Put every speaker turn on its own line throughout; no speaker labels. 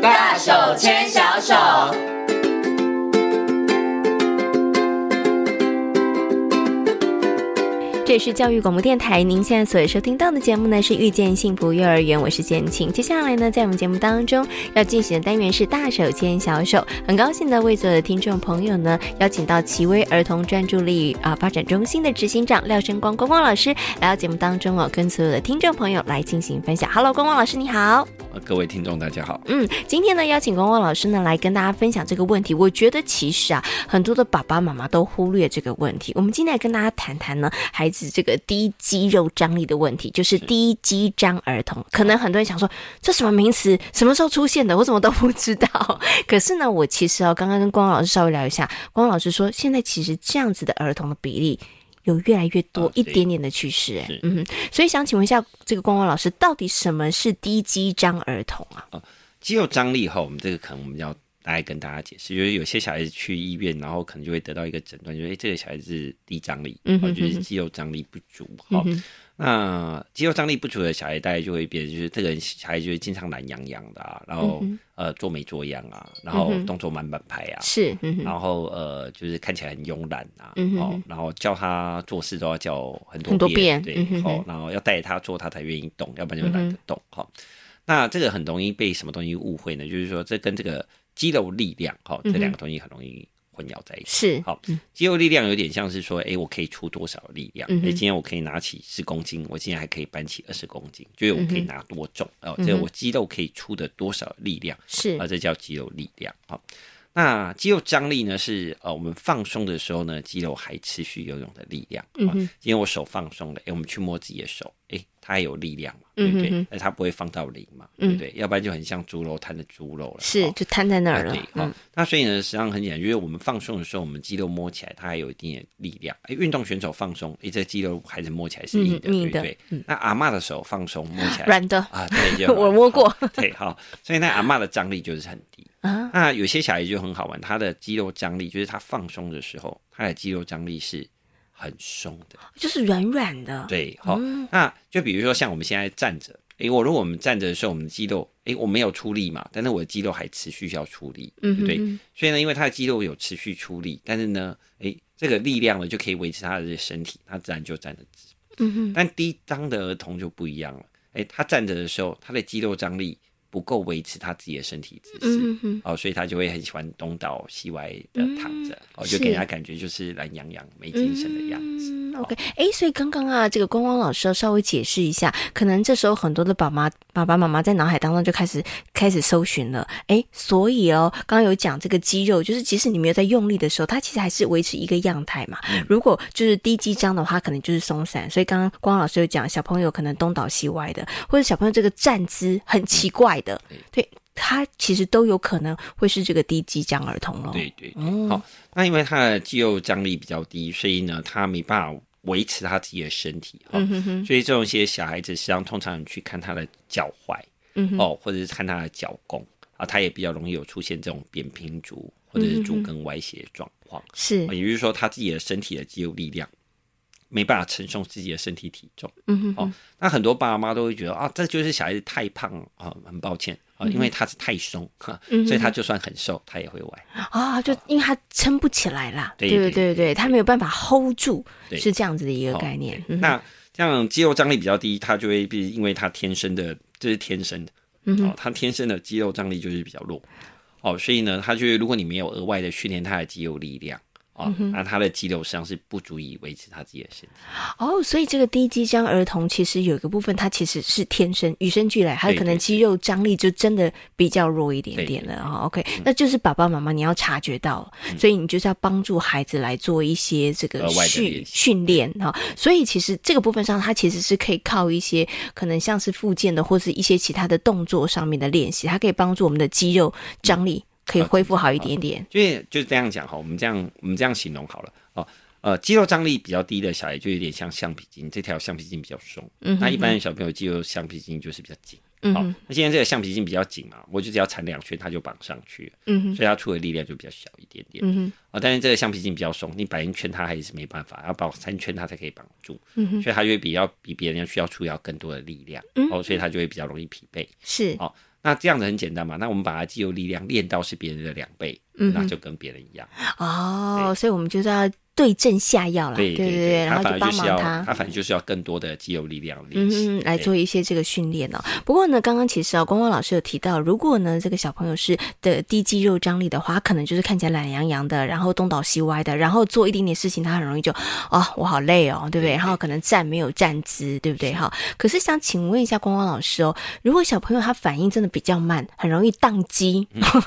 大手牵小手。
这里是教育广播电台，您现在所收听到的节目呢是《遇见幸福幼儿园》，我是简晴。接下来呢，在我们节目当中要进行的单元是“大手牵小手”，很高兴的为所有的听众朋友呢邀请到奇威儿童专注力啊、发展中心的执行长廖生光光光老师来到节目当中哦，跟所有的听众朋友来进行分享。Hello，光光老师你好。
呃各位听众，大家好。
嗯，今天呢，邀请光光老师呢来跟大家分享这个问题。我觉得其实啊，很多的爸爸妈妈都忽略这个问题。我们今天来跟大家谈谈呢，孩子这个低肌肉张力的问题，就是低肌张儿童。可能很多人想说，这什么名词？什么时候出现的？我怎么都不知道。可是呢，我其实哦，刚刚跟光光老师稍微聊一下，光光老师说，现在其实这样子的儿童的比例。有越来越多
啊
一
对
点点的趋势，哎
是，
嗯哼，所以想请问一下，这个光光老师，到底什么是低肌张儿童啊？
肌肉张力哈，我们这个可能我们要来跟大家解释，因为有些小孩子去医院，然后可能就会得到一个诊断，就是诶哎这个小孩子是低张力，
嗯哼
哦就
嗯
是
哼
肌肉张力不足哈。
嗯哼
那肌肉张力不足的小孩，大概就会变成，就是这个人小孩就会经常懒洋洋的、啊，然后、
嗯
呃做没做样啊，然后
嗯哼
动作慢半拍啊，
是，嗯哼
然后呃就是看起来很慵懒啊，
嗯哼
哦
哼，
然后叫他做事都要叫很多
很多遍
对
嗯，哼哼，
哦然后要带着他做，他才愿意动，要不然就懒得动，哈、那这个很容易被什么东西误会呢？就是说这跟这个肌肉力量，哈、这
嗯哼
两个东西很容易混淆在一起。
是，嗯
好，肌肉力量有点像是说，哎，我可以出多少力量？哎、
嗯哼
今天我可以拿起十公斤，我今天还可以搬起二十公斤，就是我可以
嗯哼
拿多重、哦，
嗯
这
哼
我肌肉可以出的多少力量？
是
啊，，这叫肌肉力量。好、那肌肉张力呢是呃，我们放松的时候呢，肌肉还持续游泳的力量。
嗯
啊
哼
今天我手放松了，哎，我们去摸自己的手，哎，它还有力量嘛，对
嗯
不
哼
对
哼？
哎，它不会放到零嘛，
嗯
对不对？要不然就很像猪肉摊的猪肉了。
是，
哦
就摊在那
啊
儿了
对，，好、
嗯，
那所以呢，实际上很简单，就是我们放松的时候，我们肌肉摸起来它还有一定的力量。哎，运动选手放松，哎，这肌肉还是摸起来是硬的，
嗯硬的
对不对？那阿嬷的手放松，摸 起来
软的
啊，对，就
我摸过
好，对，好，所以那阿嬷的张力就是很低。
啊，
那有些小孩就很好玩，他的肌肉张力就是他放松的时候，他的肌肉张力是很松的。
就是软软的，，
对，好、
嗯
那就比如说像我们现在站着，诶，我如果我们站着的时候，我们的肌肉，诶，我没有出力嘛，但是我的肌肉还持续要出力，对
嗯
不
哼
对？
哼
所以呢，因为他的肌肉有持续出力，但是呢，诶，这个力量呢就可以维持他的这个身体，他自然就站得直。
嗯哼，
但低张的儿童就不一样了，诶，他站着的时候，他的肌肉张力不够维持他自己的身体姿势。
嗯哼哼，
哦，所以他就会很喜欢东倒西歪的躺着，哦，
嗯是
就给他感觉就是懒洋洋、没精神的样子。哦
嗯，OK，哎，所以刚刚啊，这个光光老师要稍微解释一下，可能这时候很多的爸妈、爸爸妈妈在脑海当中就开始开始搜寻了，哎，所以哦，刚刚有讲这个肌肉，就是即使你没有在用力的时候，它其实还是维持一个样态嘛。
嗯
如果就是低肌张的话，它可能就是松散，所以刚刚光老师有讲，小朋友可能东倒西歪的，或者小朋友这个站姿
嗯
很奇怪的，对。他其实都有可能会是这个低肌张儿童咯。
对对对，
哦
好、那因为他的肌肉张力比较低，所以呢，他没办法维持他自己的身体，哈、
嗯哼哼，
所以这种一些小孩子，实际上通常你去看他的脚踝，
嗯哼
哦，或者是看他的脚弓啊，他也比较容易有出现这种扁平足
嗯
或者是足跟歪斜的状况。
是
啊，也就是说，他自己的身体的肌肉力量没办法承受自己的身体体重。
嗯哼
哦，那很多爸妈都会觉得啊，这就是小孩子太胖了啊、很抱歉啊、因为他是太松，哈、
嗯嗯哼
所以他就算很瘦，他也会歪。
啊，就因为它撑不起来啦，
对
对
对
对对，它没有办法 hold 住，
对
是这样子的一个
哦
概念。嗯
那这样肌肉张力比较低，他就会比因为他天生的，这、是天生的，
嗯
哦，他天生的肌肉张力就是比较弱，哦，所以呢，他就会如果你没有额外的训练他的肌肉力量。
嗯
哦，那他的肌肉实际上是不足以维持他自己的身体。
哦，所以这个低肌张儿童其实有一个部分，它其实是天生与生俱来，它
对
可能
对
肌肉张力就真的比较弱一点点了哈。OK，那
嗯
就是爸爸妈妈你要察觉到，所以你就是要帮助孩子来做一些这个
额外的
训
练习
训练哈。所以其实这个部分上，它其实是可以靠一些可能像是附件的或是一些其他的动作上面的练习，它可以帮助我们的肌肉张力可
呃
以恢复好一点点。
就是就这样讲哈，我们这样我们这样形容好了哦。呃，肌肉张力比较低的小孩就有点像橡皮筋，这条橡皮筋比较松。
嗯哼
那一般的小朋友肌肉橡皮筋就是比较紧。
嗯
好、
哼
那现在这个橡皮筋比较紧嘛，我就只要缠两圈，它就绑上去了，
嗯哼
所以它出的力量就比较小一点点。
嗯哼
啊、但是这个橡皮筋比较松，你绑一圈它还是没办法，要绑三圈它才可以绑住，
嗯哼嗯
所以它就会比较比别人需要出要更多的力量，哦，所以它就会比较容易疲惫。
是
好那这样子很简单嘛，那我们把它肌肉力量练到是别人的两倍，
嗯
那
哼
就跟别人一样。
哦，所以我们就是要对症下药啦，
对
对
对，
然后
反而
帮
就是
忙
要
他
反正就是要更多的肌肉力量练习。
嗯，来
对
做一些这个训练哦。不过呢，刚刚其实啊、光光老师有提到，如果呢这个小朋友是的低肌肉张力的话，他可能就是看起来懒洋洋的，然后东倒西歪的，然后做一点点事情，他很容易就啊、我好累哦，对不对？
对
然后可能站没有站姿，对不对？哈，可是想请问一下光光老师哦，如果小朋友他反应真的比较慢，很容易宕机，
嗯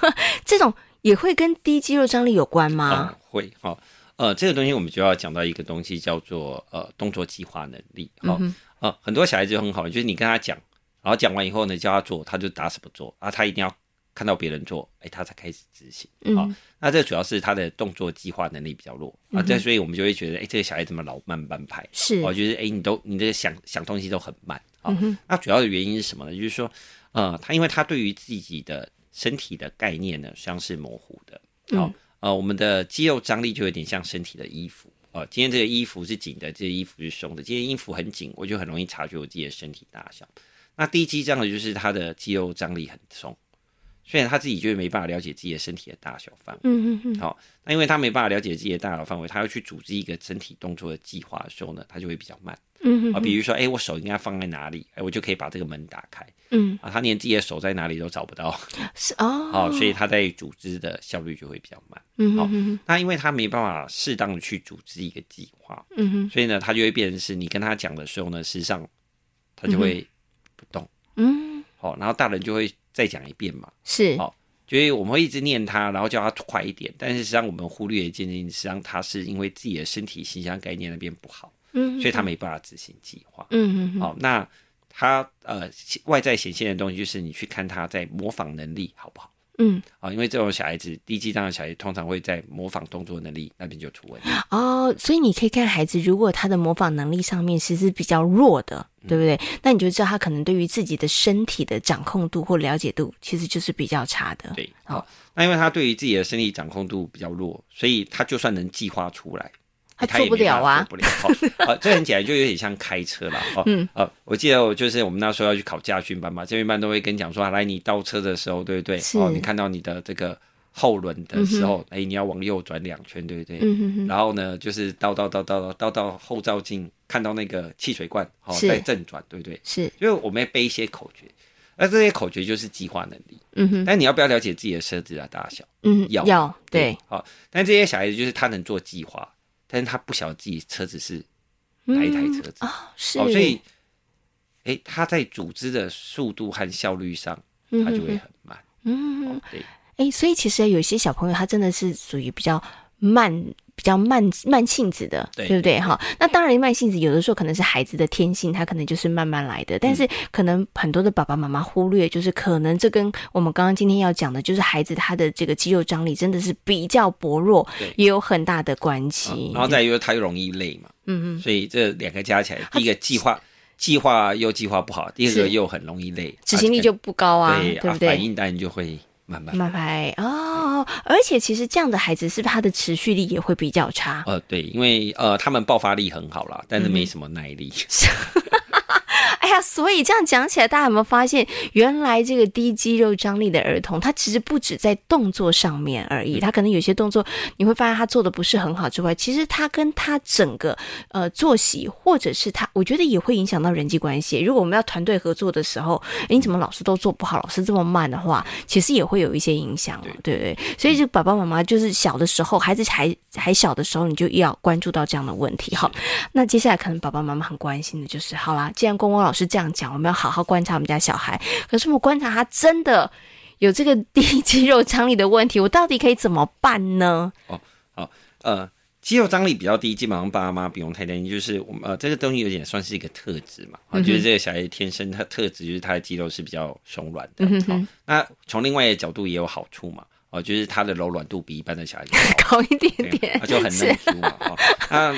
这种也会跟低肌肉张力有关吗？
嗯，会哈、哦呃，这个东西我们就要讲到一个东西叫做呃动作计划能力。好、哦
嗯
呃，很多小孩子很好，就是你跟他讲，然后讲完以后呢，叫他做，他就打死不做，啊，他一定要看到别人做，哎，他才开始执行。
嗯嗯
哦那这主要是他的动作计划能力比较弱啊，这、所以我们就会觉得，哎，这个小孩怎么老慢半拍？
是，嗯
哦，就是哎，你都你这个想想东西都很慢啊、哦那主要的原因是什么呢？就是说，呃，他因为他对于自己的身体的概念呢，实际上是模糊的。好、
嗯
呃，我们的肌肉张力就有点像身体的衣服。哦，今天这个衣服是紧的，这个衣服是松的。今天衣服很紧，我就很容易察觉我自己的身体大小。那第一肌张的就是他的肌肉张力很松，虽然他自己就没办法了解自己的身体的大小范围。
嗯嗯嗯，
好、那因为他没办法了解自己的大脑范围，他要去组织一个整体动作的计划的时候呢，他就会比较慢。
嗯
啊，比如说，哎、我手应该放在哪里？哎、我就可以把这个门打开。
嗯
啊，他连自己的手在哪里都找不到，
是哦，
好、所以他在组织的效率就会比较慢。
嗯
好
哼哼
那因为他没办法适当的去组织一个计划，
嗯哼
所以呢，他就会变成是你跟他讲的时候呢，事实上他就会不动。
嗯
好、然后大人就会再讲一遍嘛。
是
好所以我们会一直念他，然后叫他快一点，但是实际上我们忽略一件事情，实际上他是因为自己的身体形象概念那边不好，
嗯，
所以他没办法执行计划。
嗯嗯嗯
好、那他呃外在显现的东西就是你去看他在模仿能力好不好
嗯
啊、因为这种小孩子低肌张的小孩子通常会在模仿动作能力那边就出问题。
哦，所以你可以看孩子，如果他的模仿能力上面其实是比较弱的，
嗯
对不对？那你就知道他可能对于自己的身体的掌控度或了解度，其实就是比较差的。
对，
好
好、那因为他对于自己的身体掌控度比较弱，所以他就算能计划出来，
他
也
做不
没办
了
法
啊
做不了。好、 好这很简单，就有点像开车啦。哦，嗯，哦，我记得我就是我们那时候要去考驾训班嘛，驾训班都会跟你讲说，啊来你倒车的时候，对不对？
是
哦，你看到你的这个后轮的时候，哎、你要往右转两圈，对不对？
嗯哼哼，
然后呢，就是倒倒倒倒倒倒到后照镜，看到那个汽水罐，好、
是
再正转，对不对？
是，
因为我们要背一些口诀，那这些口诀就是计划能力。
嗯哼，
但你要不要了解自己的车子的啊大小？
嗯，
要
要对，，
好、但这些小孩子就是他能做计划，但是他不晓得自己车子是哪一台车子，
哦，是，
哦，所以，哎、他在组织的速度和效率上，他就会很慢。
嗯，
哦，对，
哎，所以其实有些小朋友他真的是属于比较慢、比较慢慢性子的，
对
不对？哈，那当然慢性子有的时候可能是孩子的天性，他可能就是慢慢来的，但
嗯
是可能很多的爸爸妈妈忽略，就是可能这跟我们刚刚今天要讲的，就是孩子他的这个肌肉张力真的是比较薄弱
对，嗯
也有很大的关系。
啊然后再就是他又容易累嘛，
嗯嗯，
所以这两个加起来，第一个 计划计划又计划不好，第二个
是
又很容易累，
执行力
啊这
就不高啊，
个对
不
啊、
对
反？应当然就会慢慢。
慢拍哦，而且其实这样的孩子是不是他的持续力也会比较差？
呃，对，因为呃，他们爆发力很好啦，但
嗯
是没什么耐力。
哎呀，所以这样讲起来，大家有没有发现，原来这个低肌肉张力的儿童，他其实不止在动作上面而已，他可能有些动作你会发现他做的不是很好之外，其实他跟他整个呃作息，或者是他，我觉得也会影响到人际关系。如果我们要团队合作的时候，诶你怎么老师都做不好，老师这么慢的话，其实也会有一些影响哦，对不对？所以就爸爸妈妈就是小的时候，孩子还还小的时候，你就要关注到这样的问题哈。那接下来可能爸爸妈妈很关心的就是，好啦，既然公公老师这样讲，我们要好好观察我们家小孩。可是我观察他真的有这个低肌肉张力的问题，我到底可以怎么办呢？
呃，肌肉张力比较低，基本上爸妈不用太担心。就是我们呃，这个东西有点算是一个特质嘛，
嗯
啊、就是这个小孩天生他特质就是他的肌肉是比较松软
嗯
的。好、那从另外一个角度也有好处嘛，哦、就是他的柔软度比一般的小孩子高。
高一点
对
点
啊，就很
是
嫩 Q 嘛，哦，那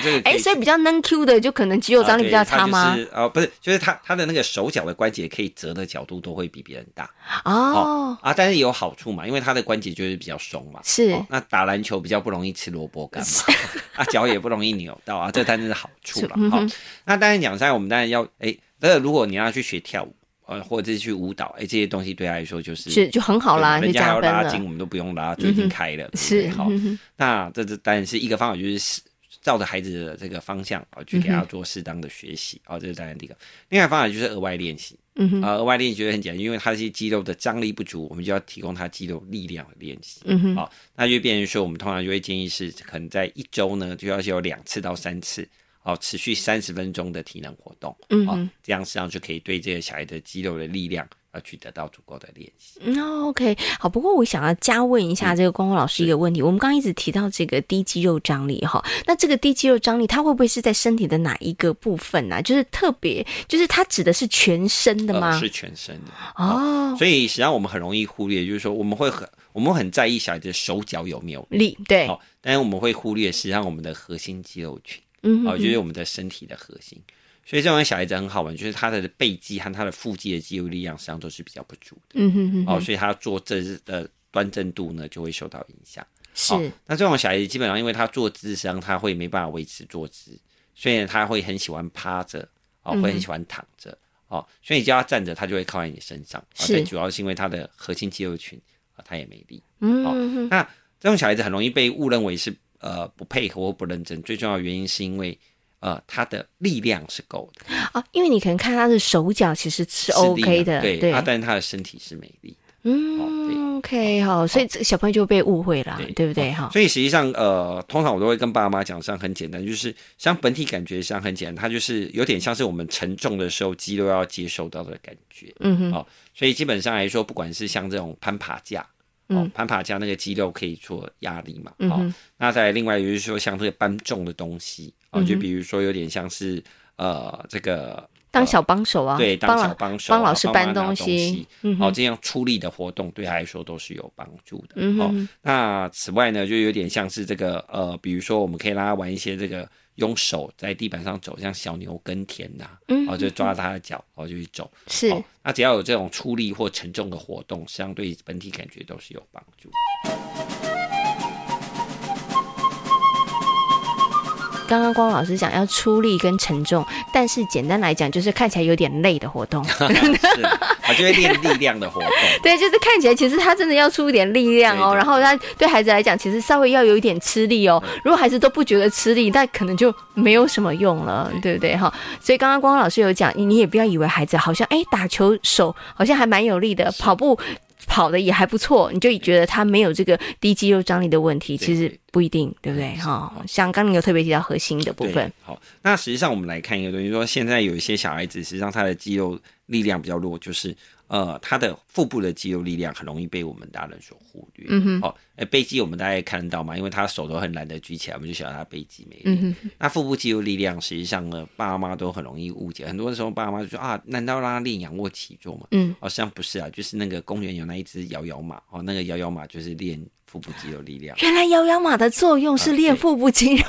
这个可
哎，所以比较能 Q 的，就可能肌
肌
肉张力比较差吗？
就是啊、不是，就是他他的那个手脚的关节可以折的角度都会比别人大
哦，
啊，但是也有好处嘛，因为他的关节就是比较松嘛，
是
哦那打篮球比较不容易吃萝卜 干嘛，啊，脚也不容易扭到
嗯
啊，这当然是好处了。好、那当然讲实在，我们当然要，哎，那如果你要去学跳舞，呃，或者是去舞蹈，哎、这些东西对他来说就是
是就很好啦，
对
就
人家还
加
要
分
拉
了嗯
筋，。我们都不用拉，最近开了，对不
是
对 好。那这这当然是一个方法，就是照着孩子的这个方向啊，去给他做适当的学习啊、这是当然第一个。另外一个方法就是额外练习，
嗯哼，
啊、额外练习觉得很简单，因为他这些肌肉的张力不足，我们就要提供他肌肉力量的练习。
嗯哼，
好、那就变成说，我们通常就会建议是，可能在一周呢，就要有两次到三次，哦，持续三十分钟的体能活动，
嗯
哦
哼，
这样实际上就可以对这个小孩的肌肉的力量要去得到足够的练习。
嗯哦，OK，好。不过我想要加问一
嗯
下这个光光老师一个问题，我们刚刚一直提到这个低肌肉张力哈，那这个低肌肉张力它会不会是在身体的哪一个部分呢、就是特别，就是它指的是全身的
呃
吗？
是全身的，
哦，
所以实际上我们很容易忽略，就是说我们会很我们会很在意小孩的手脚有没有力，
力对，
哦，但是我们会忽略实际上我们的核心肌肉群，
嗯哼
哦，就是我们的身体的核心。所以这种小孩子很好玩，就是他的背肌和他的腹肌的肌肉力量实际上都是比较不足的。
嗯哼哼，
哦，所以他坐姿的端正度呢就会受到影响。哦
是，
那这种小孩子基本上因为他坐姿实际上他会没办法维持坐姿，所以他会很喜欢趴着，哦，
嗯
会很喜欢躺着，哦，所以你叫他站着，他就会靠在你身上。啊
是
但主要是因为他的核心肌肉群啊，他也没力。
嗯哼，
那这种小孩子很容易被误认为是呃不配合或不认真，最重要的原因是因为呃他的力量是够的，
啊，因为你可能看他的手脚其实是
吃力
OK 的，
对，啊，但是他的身体是没力的。
嗯，OK，好，所以这个小朋友就被误会了，对不对？哈，
所以实际上，呃，通常我都会跟爸妈讲，上很简单，就是像本体感觉上很简单，它就是有点像是我们沉重的时候肌肉要接收到的感觉。
嗯哼，
哦，所以基本上来说，不管是像这种攀爬架，哦
嗯，
攀爬架那个肌肉可以做压力嘛，
嗯
哦
哼，
那再来另外就是说像这个搬重的东西，
嗯
哦，就比如说有点像是呃这个
当小帮手啊，
对当
帮
小
老
帮手啊，
帮老师
妈
搬
拿
东
东
西，嗯
哦，
哼，
这样出力的活动对他来说都是有帮助的。
嗯
哦
哼，
那此外呢，就有点像是这个呃，比如说我们可以让他玩一些这个用手在地板上走，像小牛耕田呐、
嗯
然后就抓他的脚，然后就去走。
是。
哦，那只要有这种出力或沉重的活动，相对本体感觉都是有帮 助的。
刚刚光老师讲要出力跟沉重，但是简单来讲就是看起来有点累的活 动。
是，啊，就会练力量的活动。
对，就是看起来其实他真的要出一点力量哦，
对对
然后他对孩子来讲其实稍微要有一点吃力哦。
嗯
如果孩子都不觉得吃力，那可能就没有什么用了，对不对哈？所以刚刚光光老师有讲，你你也不要以为孩子好像哎打球手好像还蛮有力的，跑步。跑的也还不错，你就觉得他没有这个低肌肉张力的问题，
对
其实
对
不一定，对不对？哈，像刚刚你有特别提到核心的部
对，
分，
好，那实际上我们来看一个东西，说现在有一些小孩子，实际上他的肌肉力量比较弱，就是呃，他的腹部的肌肉力量很容易被我们大人所忽略。嗯哼，好、哎，背肌我们大家也看得到嘛，因为他手都很懒得举起来，我们就晓得他背肌没力。
嗯哼，
那腹部肌肉力量，实际上呢，爸妈都很容易误解，很多时候爸妈就说啊，难道让他练仰卧起坐吗？
嗯，
哦，实际上不是啊，就是那个公园有那一只摇摇马，哦，那个摇摇马就是练腹部肌肉力量。
原来摇摇马的作用是练腹部肌肉，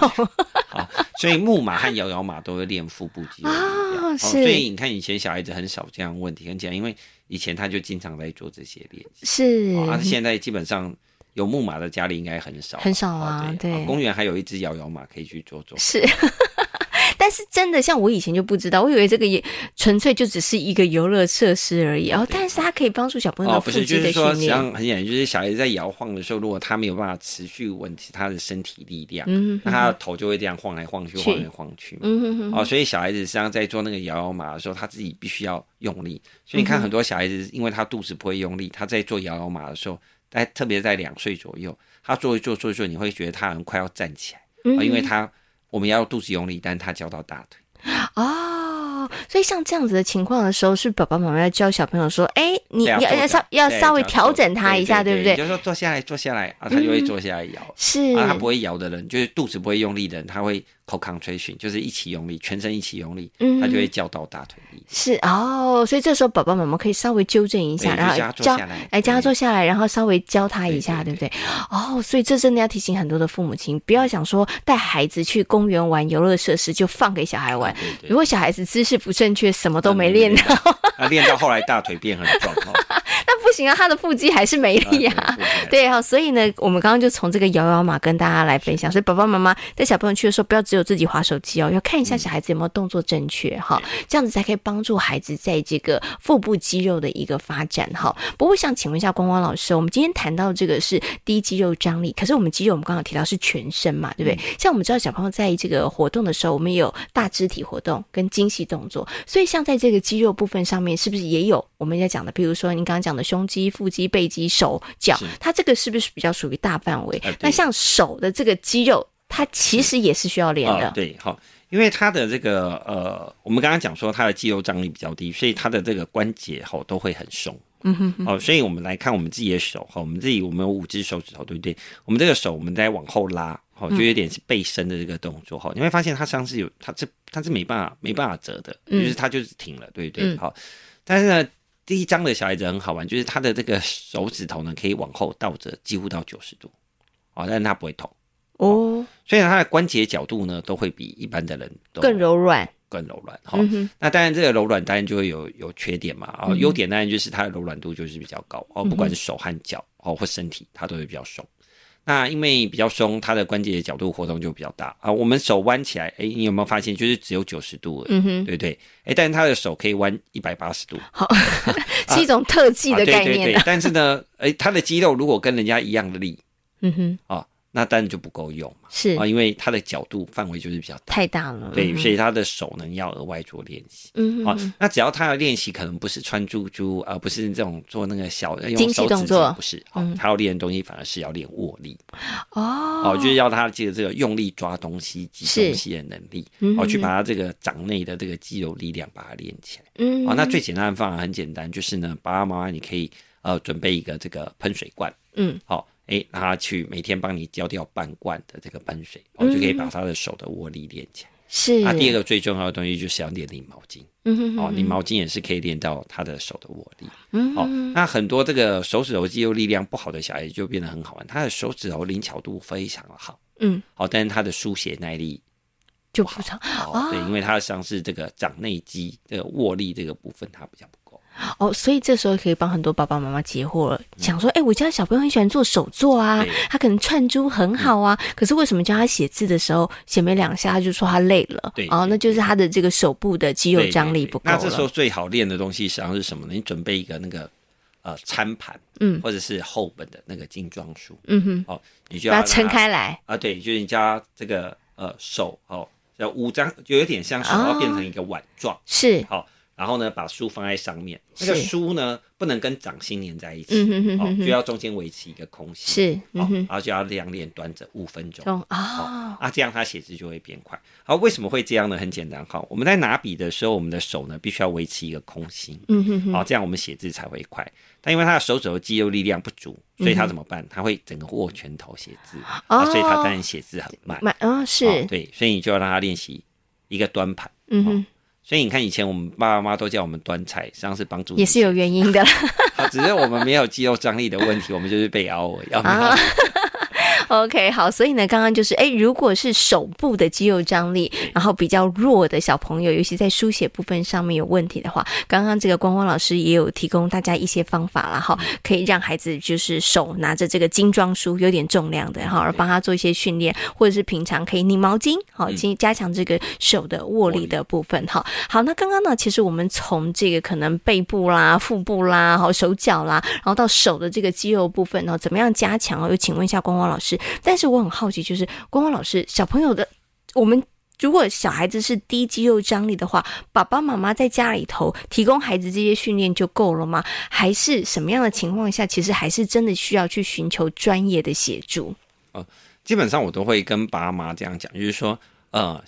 啊，所以木马和摇摇马都会练腹部肌肉力量
啊
哦
是
所以你看以前小孩子很少这样的问题，很简单，因为以前他就经常在做这些练 习。
是
哦，啊，现在基本上有木马的家里应该很少，
很少啊
哦
对
哦公园还有一只摇摇马可以去做做。
是。 但是真的，像我以前就不知道，我以为这个也纯粹就只是一个游乐设施而已。哦，但是它可以帮助小朋友
哦，
的
不
腹
是，
肌
就是
的
说，
训
实际
练。
上很简单，就是小孩子在摇晃的时候，如果他没有办法持续稳定他的身体力量，
嗯
那他的头就会这样晃来晃去，
是
晃来晃去嘛。
嗯哼哼，
哦，所以小孩子实际上在做那个摇摇马的时候，他自己必须要用力。所以
嗯
你看很多小孩子，因为他肚子不会用力，他在做摇摇马的时候，在特别在两岁左右，他做一做做一做，你会觉得他很快要站起来，
嗯
哦、因为他我们要肚子用力，但他交到大腿。
哦，所以像这样子的情况的时候，是爸爸妈妈要教小朋友说：“哎，你
对啊
要
坐
要
着
稍要
对
稍微
这样
调
坐
整他一下，
对
不对
对？
嗯
你就说坐下来，坐下来啊，他就会坐下来摇？”。
是，
啊，他不会摇的人，就是肚子不会用力的人，他会 co contraction，就是一起用力，全身一起用力，
嗯
他就会叫到大腿力。
是哦，所以这时候爸爸妈妈可以稍微纠正一下，
对
然
就叫
后
他坐
教
下来
哎，叫他
对
坐下来，然后稍微教他一下，对
对
不对？哦，所以这真的要提醒很多的父母亲，不要想说带孩子去公园玩游乐设施就放给小孩玩，
对对
如果 小孩子姿势不正确，什么都没练到，
到，啊，练到后来大腿变很壮哦。
那不不行啊，他的腹肌还是没力啊。对啊，所以呢，我们刚刚就从这个摇摇马跟大家来分享。所以爸爸妈妈带小朋友去的时候，不要只有自己划手机哦，要看一下小孩子有没有动作正确哈、这样子才可以帮助孩子在这个腹部肌肉的一个发展哈。不过我想请问一下光光老师哦，我们今天谈到这个是低肌肉张力，可是我们肌肉我们刚刚有提到是全身嘛，对不对？像我们知道小朋友在这个活动的时候，我们也有大肢体活动跟精细动作，所以像在这个肌肉部分上面，是不是也有我们在讲的，比如说您刚刚讲的胸肌、腹肌、背肌、手脚
是，
它这个是不是比较属于大范围？
哎对
那像手的这个肌肉，它其实也是需要练的。
啊、对，好、因为它的这个呃，我们刚刚讲说它的肌肉张力比较低，所以它的这个关节哈、都会很松。
嗯哼哼，
哦，所以我们来看我们自己的手哈、我们自己我们有五只手指头，对不对？我们这个手我们在往后拉，哦，就有点是背伸的这个动作哈、你会发现它像是有它这它是没办法没办法折的，
嗯
就是它就是停了，对不对？
嗯
好、但是呢。第一章的小孩子很好玩，就是他的这个手指头呢，可以往后倒折，几乎到九十度，哦，但是他不会痛，
哦，
所以它的关节角度呢，都会比一般的人都
更柔软。
更柔软哈、
嗯哼，
那当然，这个柔软当然就会有有缺点嘛，啊、
嗯
优点当然就是它的柔软度就是比较高哦，
嗯
不管是手和脚哦或身体，它都会比较松。那因为比较松，它的关节角度活动就比较大啊。我们手弯起来，哎，你有没有发现就是只有九十度而已，
嗯哼，
对不对？哎，但是它的手可以弯一百八十度，
是一种特技的概
啊、对对
念
对
啊。。
但是呢，哎，它的肌肉如果跟人家一样的力
嗯哼，
啊、那当然就不够用嘛
是
啊，因为它的角度范围就是比较大，
太大了。
对，啊
嗯
所以它的手呢要额外做练习。
嗯
好、
哼哼，
哦那只要他的练习可能不是穿珠珠，而、不是这种做那个小用
精细
手指
动作
不是，好、
嗯
他要练的东西反而是要练握力，
哦
哦，就是要他这个这个用力抓东西、挤
是
东西的能力，
嗯
哦，
哼
去
哼
把他这个掌内的这个肌肉力量把它练起来。
嗯
哦，那最简单的方法很简单，就是呢，爸爸妈妈你可以呃准备一个这个喷水罐，
嗯，
好、诶，让他去每天帮你浇掉半罐的这个喷水，我、哦、就可以把他的手的握力练起来。
嗯是
那、啊第二个最重要的东西就是要练领毛巾。
嗯哼哼
哦，你毛巾也是可以练到他的手的握力。
嗯
哦，那很多这个手指头肌肉力量不好的小孩就变得很好玩，他的手指头灵巧度非常的好，
嗯
哦，但是他的书写耐力
就不长
哦，对，因为他像是这个掌内肌这个握力这个部分他比较不够。
哦，所以这时候可以帮很多爸爸妈妈解惑了，想说，哎、我家小朋友很喜欢做手作啊
对，嗯
他可能串珠很好啊，可是为什么教他写字的时候写没两下他就说他累了？
对
哦，
对
那就是他的这个手部的肌肉
对
张
对
力
对
不够
那这时候
了。
最好练的东西实际上是什么呢？你准备一个那个呃餐盘，
嗯
或者是厚本的那个精装书，
嗯哼，
哦，你就
把它
让它
撑开来，
啊，对，就是你加这个呃手哦，要五张，就有点像手
哦
要变成一个碗状。
是，
好，然后呢，把书放在上面，那个
哦是
书呢不能跟掌心连在一起，
嗯哼哼
哦
哼，
就
哼，
要中间维持一个空隙，
是，
好、
嗯哼，嗯
然后就要哦两脸端着五分钟。
懂啊，
啊，这样他写字就会变快。好，为什么会这样呢？很简单，哈，我们在拿笔的时候，我们的手呢必须要维持一个空心，
嗯哼哼，
好、这样我们写字才会快。但因为他的手指头肌肉力量不足，所以
嗯
他怎么办？他会整个握拳头写字，
哦
啊，所以他当然写字很慢。
买啊
哦
是，
对，所哦以你就要让他练习一个端盘。
嗯哼，
所以你看，以前我们爸爸妈妈都叫我们端菜，实际上是帮助
也 是有原因的啦。
啊，只是我们没有肌肉张力的问题，我们就是被凹而已。要啊不然
OK，好，所以呢，刚刚就是，哎，如果是手部的肌肉张力，然后比较弱的小朋友，尤其在书写部分上面有问题的话，刚刚这个光光老师也有提供大家一些方法啦，哈，可以让孩子就是手拿着这个精装书，有点重量的哈，而帮他做一些训练，或者是平常可以拧毛巾，好，加加强这个手的嗯握力的部分哈。好，那刚刚呢，其实我们从这个可能背部啦、腹部啦、好手脚啦，然后到手的这个肌肉部分呢，怎么样加强哦？又请问一下光光老师，但是我很好奇，就是光光老师，小朋友的我们。如果小孩子是低肌肉张力的话，爸爸妈妈在家里头提供孩子这些训练就够了吗？还是什么样的情况下，其实还是真的需要去寻求专业的协助？
基本上我都会跟爸妈这样讲，就是说，呃，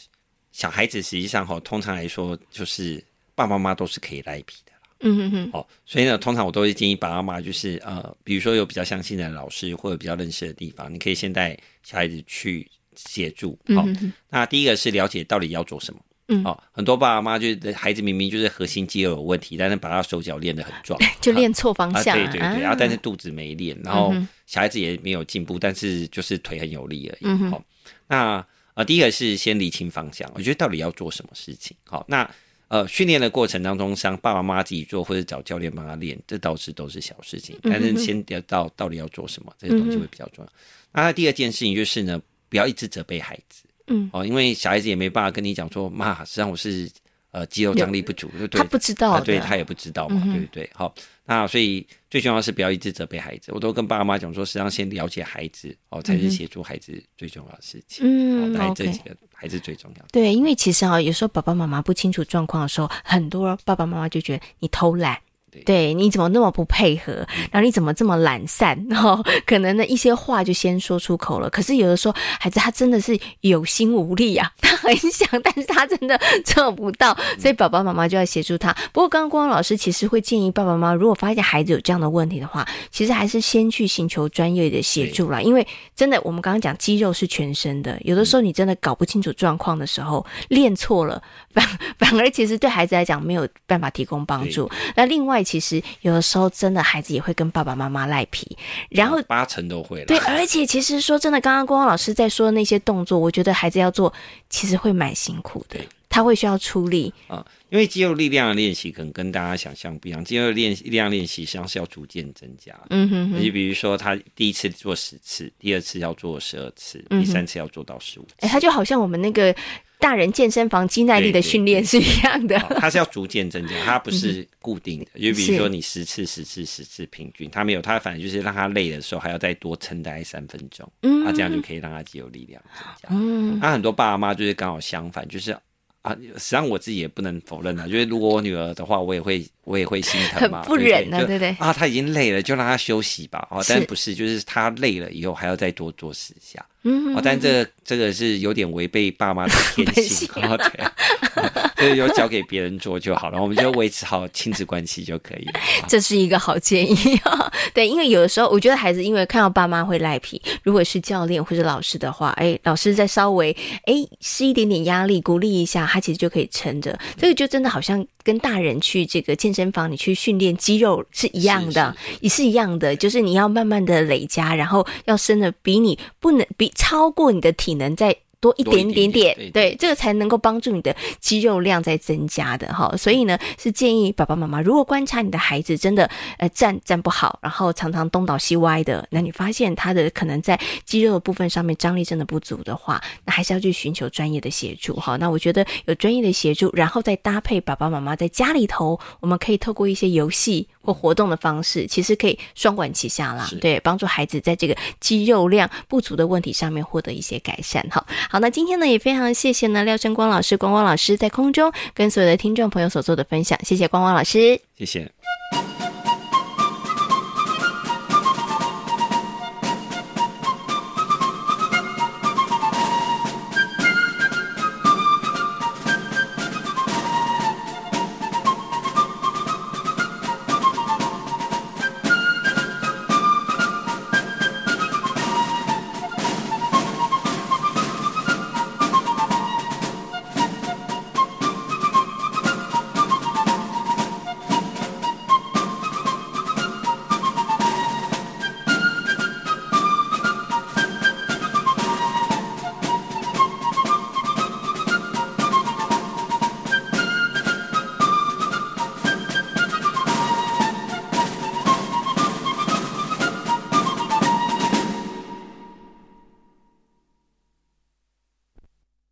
小孩子实际上哈、通常来说就是爸爸妈妈都是可以赖皮的。
嗯哼哼，
哦，所以呢，通常我都会建议爸爸妈妈就是呃，比如说有比较相信的老师或者比较认识的地方，你可以先带小孩子去协助。好、那第一个是了解到底要做什么。
嗯
哦，很多爸爸妈妈就是孩子明明就是核心肌肉有问题，但是把他手脚练得很 壮，
就练错方
啊，
向嗯
对对对，啊，但是肚子没练，然后小孩子也没有进步，但是就是腿很有力而已。
嗯
好、那呃，第一个是先理清方向，我觉得到底要做什么事情。好、那呃，训练的过程当中，像爸爸妈妈自己做，或者找教练帮他练，这倒是都是小事情。
嗯
但是先得到到底要做什么，这个东西会比较重要。那他第二件事情就是呢，不要一直责备孩子，
嗯，
哦，因为小孩子也没办法跟你讲说，妈，实际上我是呃肌肉张力不足，对对
他不知道
啊
的，嗯
对他也不知道嘛，对不对？好，那所以最重要的是不要一直责备孩子。我都跟爸妈讲说，实际上先了解孩子哦，才是协助孩子最重要的事情。
嗯
来这
，OK
几。个还是最重要的。
对，因为其实啊，有时候爸爸妈妈不清楚状况的时候，很多爸爸妈妈就觉得你偷懒
对。
对，你怎么那么不配合？然后你怎么这么懒散？ 然后可能呢一些话就先说出口了。可是有的时候，孩子他真的是有心无力啊， 他很想，但是他真的做不到，所以爸爸妈妈就要协助他。不过，刚刚光老师其实会建议爸爸妈妈，如果发现孩子有这样的问题的话，其实还是先去寻求专业的协助啦。因为真的，我们刚刚讲肌肉是全身的，有的时候你真的搞不清楚状况的时候，练错了，反 反而其实对孩子来讲没有办法提供帮助。那另外，其实有的时候真的孩子也会跟爸爸妈妈赖皮，然后
八成都会了。
对，哎而且其实说真的，刚刚光光老师在说的那些动作，我觉得孩子要做，其实会蛮辛苦的
对，
他会需要出力。
啊、因为肌肉力量的练习可能跟大家想象不一样，肌肉练力量练习实际上是要逐渐增加。
嗯哼
你、
哼，
比如说，他第一次做十次，第二次要做十二次，
嗯哼
第三次要做到十五次。
哎，他就好像我们那个大人健身房肌耐力的训练是一样
好
的。
哦它是要逐渐增加，它不是固定的。就比
嗯是
如说你十次、十次、十次平均，它没有，它反正就是让他累的时候还要再多撑大概三分钟，
嗯
啊，这样就可以让他肌肉力量增加。
嗯，
那、很多爸爸妈妈就是刚好相反，就是啊，实际上我自己也不能否认啊，就是如果我女儿的话，我也会我也会心疼
很
嘛，
不忍啊
对
对不对
就啊，她已经累了，就让她休息吧。哦，
是
但不是，就是她累了以后还要再多做十下。
嗯
哦，但这个这个是有点违背爸妈的
本
天性
性，
哦，对， 哦所以就交给别人做就好了，我们就维持好亲子关系就可以了。 啊
这是一个好建议、 啊。对，因为有的时候我觉得孩子因为看到爸妈会赖皮，如果是教练或者老师的话，哎，老师再稍微哎施一点点压力，鼓励一下，他其实就可以撑着。这个就真的好像跟大人去这个健身房，你去训练肌肉是一样的，也是一样的，就是你要慢慢的累加，然后要生的比你不能比超过你的体能再。多一
多一
点点
点
点
点，
对
对对
这个才能够帮助你的肌肉量在增加的哈。所以呢，是建议爸爸妈妈，如果观察你的孩子真的呃站站不好，然后常常东倒西歪的，那你发现他的可能在肌肉的部分上面张力真的不足的话，那还是要去寻求专业的协助哈。那我觉得有专业的协助，然后再搭配爸爸妈妈在家里头，我们可以透过一些游戏或活动的方式，其实可以双管齐下啦
是，
对，帮助孩子在这个肌肉量不足的问题上面获得一些改善哈。好，那今天呢也非常谢谢呢廖正光老师、光光老师在空中跟所有的听众朋友所做的分享，谢谢光光老师。
谢谢。